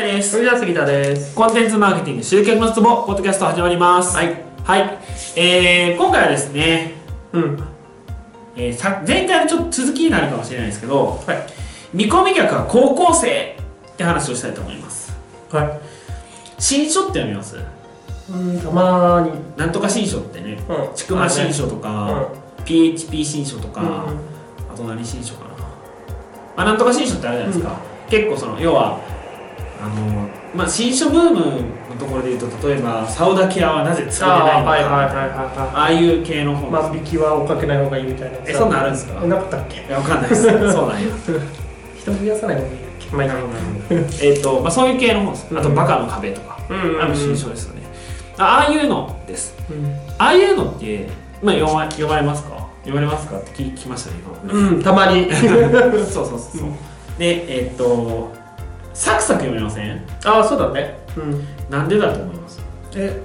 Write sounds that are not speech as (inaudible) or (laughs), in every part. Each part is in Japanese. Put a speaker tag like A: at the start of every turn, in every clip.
A: です
B: それでは杉田です
A: コンテンツマーケティング集客のツボポッドキャスト始まります、
B: はいい
A: えー今回はですね、
B: うん
A: えーさ前回のちょっと続きになるかもしれないですけど
B: はい
A: 見込み客は高校生って話をしたいと思います
B: は
A: 新書って読みます
B: いうんたまーに
A: なんとか新書ってね
B: うん
A: ちくま新書と
B: うん
A: か、PHP 新書とか、
B: うん
A: あと何新書かな、まあ、なんとか新書ってあるじゃないですか、結構その要はあの、まあ、新書ブームのところで言うと例えば「サウダケアはなぜ使えない
B: あー
A: のか」
B: はいはい
A: あ
B: はいは
A: あいう系の
B: いはい
A: 本、
B: 万引きは追っかけない方がいいみたいな
A: えそんなんあるんですか
B: えなかったっけ
A: いやわかんないです (laughs) そうなんや
B: 人増やさない方がいいんだっけまあいいや
A: えっと、まあ、そういう系の本です
B: うん
A: あと「バカの壁」とか、
B: うんうんうん
A: あの新書ですよねああいうのです
B: う
A: ああいうのって、まあ、読ま読まれますか読まれますかって聞聞きましたね今
B: んうんたまに (laughs)
A: (laughs) そうそうそうそう、でえっとサクサク読めません
B: ああそうだねうん
A: なんでだと思います
B: え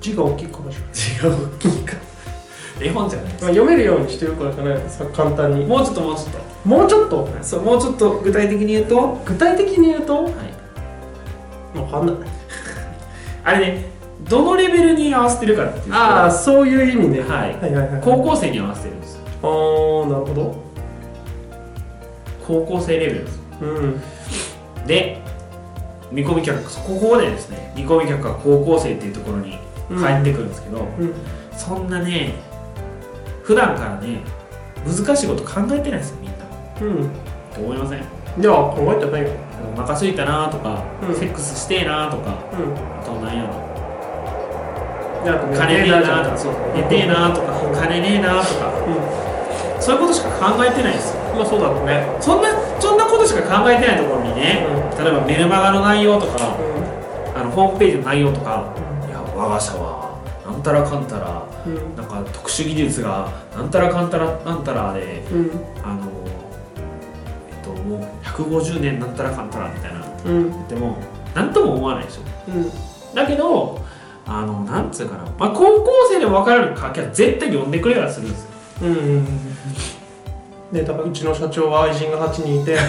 B: 字が大きいかもしれない
A: 違う大きいか (laughs) 絵本じゃないです
B: まあ読めるようにしてるからじゃないさ簡単に
A: もうちょっともうちょっ
B: もうちょっと
A: とそうもうちょっと具体的に言うと、は
B: 具体的に言うと
A: い、
B: わかんない
A: あれねどのレベルに合わせてるかっていうと
B: ああそういう意味ね
A: はい
B: はいはいはい
A: 高校生に合わせてるんですよ
B: あーなるほど
A: 高校生レベルです
B: うん
A: で見込み客ここでですね見込み客が高校生っていうところに入ってくるんですけど、
B: うん
A: そんなね普段からね難しいこと考えてないですよみんな
B: うん
A: って思いません
B: いや考えてないよ
A: お腹すいたなとか、
B: うん
A: セックスしてえなとか
B: うん
A: あとなんやろ
B: いや
A: 金ねえなとかそう寝てえなとか金ねえなとか
B: うん
A: そういうことしか考えてないですよ
B: まあそうだろうね
A: そんなそんなことしか考えてないところにね、例えばメルマガの内容とかあのホームページの内容とかいや我が社はなんたらかんたら
B: うんうん
A: なんか特殊技術がなんたらかんたらなんたらで
B: うん
A: あのえっともう150年なんたらかんたらみたいな
B: うん
A: でも何とも思わないでしょ
B: うん
A: だけどあのなんつうかな、まあ、高校生でも分かる書きは絶対読んでくれたらするんですよ
B: うんうんで多分うちの社長は愛人が8人いて
A: 例え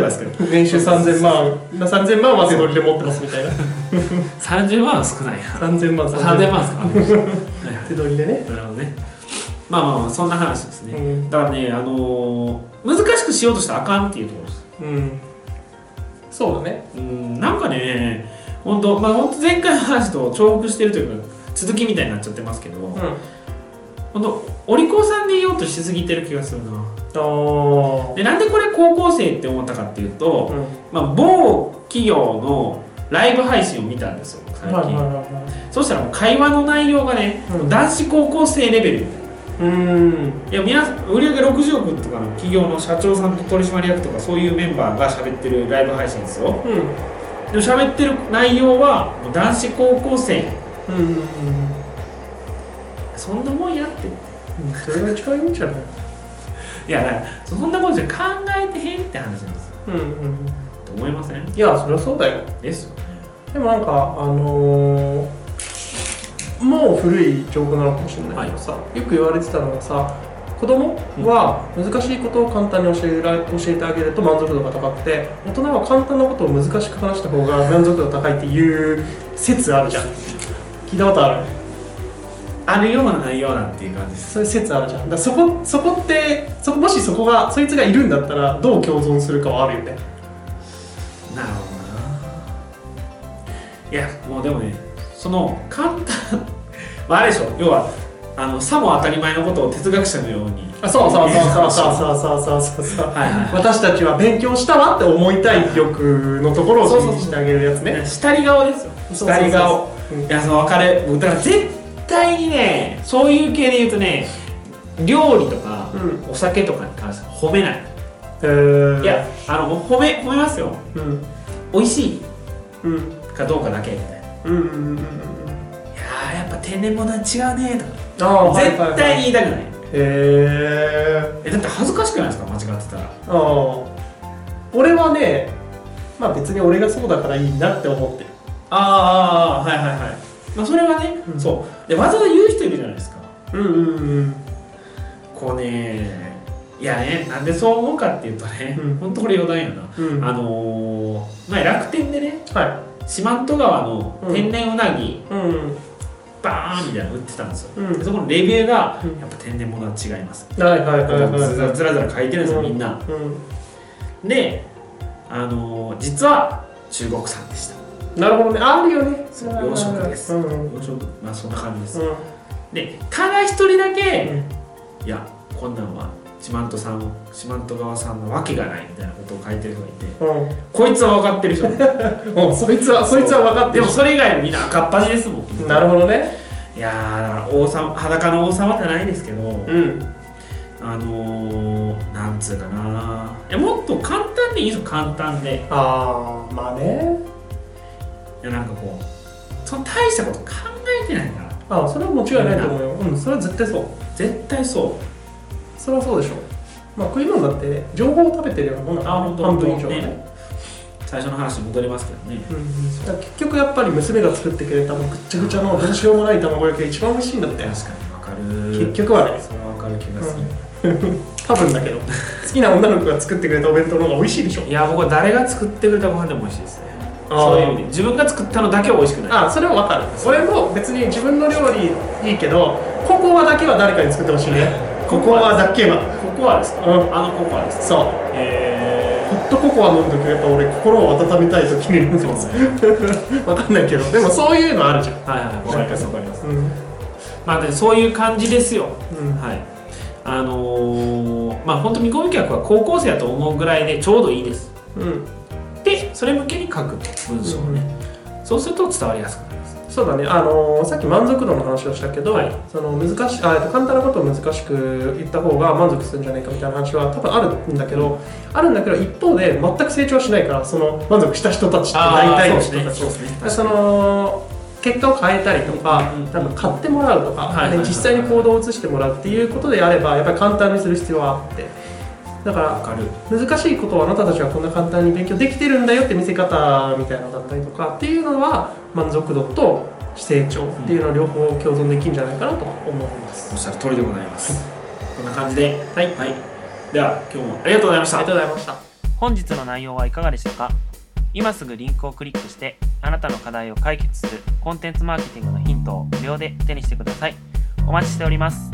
A: ばですけど
B: 年収3000万3000万は手取りで持ってますみた
A: (laughs)
B: いな
A: 30万は少ないな
B: 3000万
A: 3000万ですかはいは
B: 手取りでね
A: いなるほどねまあまあまあそんな話です
B: う
A: ね、
B: ん
A: だからねあのー難しくしようとしたらあかんっていうところです
B: うんそうだね
A: うんなんかね本当まあ本当前回の話と重複してるというか続きみたいになっちゃってますけど、
B: うんあ
A: 本当お利口さんで言おうとしすぎてる気がするな
B: あ
A: でなんでこれ高校生って思ったかっていうと、
B: うん
A: まあ、某企業のライブ配信を見たんですよ僕
B: は
A: 最
B: い
A: 近、
B: はいは
A: そうしたらもう会話の内容がね、
B: うん
A: 男子高校生レベル
B: いうん
A: いや皆さん売上60億とかの企業の社長さんと取締役とかそういうメンバーが喋ってるライブ配信ですよ
B: うん
A: でも喋ってる内容はもう男子高校生
B: うんうんうん
A: そんなもんやって
B: うんそれが一番いいんじゃない
A: いやだからそんなもんじゃ考えてへんって話なんですよ
B: うんうん
A: と思いません
B: いやそりゃそうだよ
A: ですよね
B: でもなんかあのーもう古い情報なのかもしれないけどさ、よく言われてたのがさ子供は難しいことを簡単に教えら教えてあげると満足度が高くて大人は簡単なことを難しく話した方が満足度高いっていう説あるじゃん聞いたことある
A: あるようなないようなっていう感じです
B: そういう説あるじゃんだからそこそこってそもしそこがそいつがいるんだったらどう共存するかはあるよね
A: なるほどないやもうでもねその簡単まああれでしょ要はあのさも当たり前のことを哲学者のように
B: あそうそうそうそうそうそうそうそうそう
A: はいはいは
B: 私たちは勉強したわって思いたい欲のところを
A: そう
B: 指
A: そうそう
B: 示してあげるやつ
A: いね
B: ね
A: 下り顔ですよ
B: そうそうそう
A: 下り顔いやその別れ僕だから絶対にねそういう系で言うとね料理とか、
B: う
A: お酒とかに関しては褒めない
B: へー
A: いやあの褒め褒めますよ
B: うん
A: 美味しい
B: うん
A: かどうかだけみたいな「い
B: うんうんうんうん
A: やーやっぱ天然物は違うね」とか
B: ああ
A: 絶
B: はいはい
A: 対
B: はい
A: に言いたくない
B: へー
A: えだって恥ずかしくないですか間違ってたら
B: ああ俺はねまあ別に俺がそうだからいいなって思ってる
A: ああはいはいはいまあそれはね、
B: うん
A: そうでわざわざ言う人いるじゃないですか
B: うんうんうん
A: こうねいやねなんでそう思うかっていうとね、
B: うん
A: ほんとこれ余談やな、
B: うん
A: あのー前楽天でね
B: は
A: 四万十川の天然うなぎ、
B: うん
A: バーンみたいなの売ってたんですよ
B: うん
A: でそこのレビューが
B: うん
A: やっぱ天然物は違います
B: はいはい
A: ず
B: はいはい
A: らずらずら書いてるんですよみんな
B: う
A: であのー実は中国産でした
B: んなるほどねあるよね
A: そう養殖です
B: うんうん
A: 洋食まあそんな感じです
B: うん
A: でただ一人だけいやこんなんは四万十さん四万十川さんのわけがないみたいなことを書いてる人がいてこいつは分かってる
B: (laughs)
A: 人
B: うんうんそいつはそいつは分かって
A: で
B: る
A: もそれ以外みんな赤っ端ですもん
B: なるほどね
A: いやーだから王様裸の王様じゃないですけど、
B: うん
A: あのー、なんつうかないやもっと簡単でいいですよ簡単で
B: ああまあね
A: いやなんかこうその大したこと考えてないから
B: あそれは間違いないと思うようんそれは絶対そう
A: 絶対そ
B: それはそうでしょまあ食い物だって情報を食べてるようなもんだから
A: あほんと
B: 半分以上は
A: ほん
B: ね
A: う最初の話に戻りますけどね
B: うんだから結局やっぱり娘が作ってくれたもうぐっちゃぐちゃのどうしようもない卵焼きが一番美味しいんだって
A: 確かにわかる
B: 結局はね
A: それはわかる気がする、
B: 多分だけど好きな女の子が作ってくれたお弁当の方が美味しいでしょ
A: いや僕は誰が作ってくれたご飯でも美味しいですね
B: あー
A: そういう意味で自分が作ったのだけは美味しくない
B: あそれは分かる俺も別に自分の料理いいけどココアだけは誰かに作ってほしい (laughs) ねココアだけは
A: ココアですか、
B: うん
A: あのココアです
B: そう
A: え
B: ホットココア飲んでくれた俺心を温めたい時に飲んでますわかんないけどでもそういうのあるじゃん
A: ー、はいはいはいわかりますわかります
B: うん
A: まあでそういう感じですよ
B: うん
A: はい、あのーまあ本当見込み客は高校生だと思うぐらいでちょうどいいです
B: うん
A: でそれ向けに書く文章をね、そうすると伝わりやすくなります
B: そうだね、あのーさっき満足度の話をしたけど、
A: はい
B: その難しあえっと簡単なことを難しく言った方が満足するんじゃないかみたいな話は多分あるんだけど、あるんだけど一方で全く成長しないからその満足した人たちって大体の人たち
A: そうですね
B: でその結果を変えたりとか、
A: うん
B: 多分買ってもらうとか、
A: はいはいはい
B: で実際に行動を移してもらうっていうことであればやっぱり簡単にする必要はあってだから
A: わかる
B: 難しいことをあなたたちはこんな簡単に勉強できてるんだよって見せ方みたいなのだったりとかっていうのは満足度と成長っていうのは両方共存できるんじゃないかなと思います、
A: おっしゃる通りでございますこんな感じではい、はい、では今日もありがとうございました
B: ありがとうございました
C: 本日の内容はいかがでしたか今すぐリンクをクリックしてあなたの課題を解決するコンテンツマーケティングのヒントを無料で手にしてくださいお待ちしております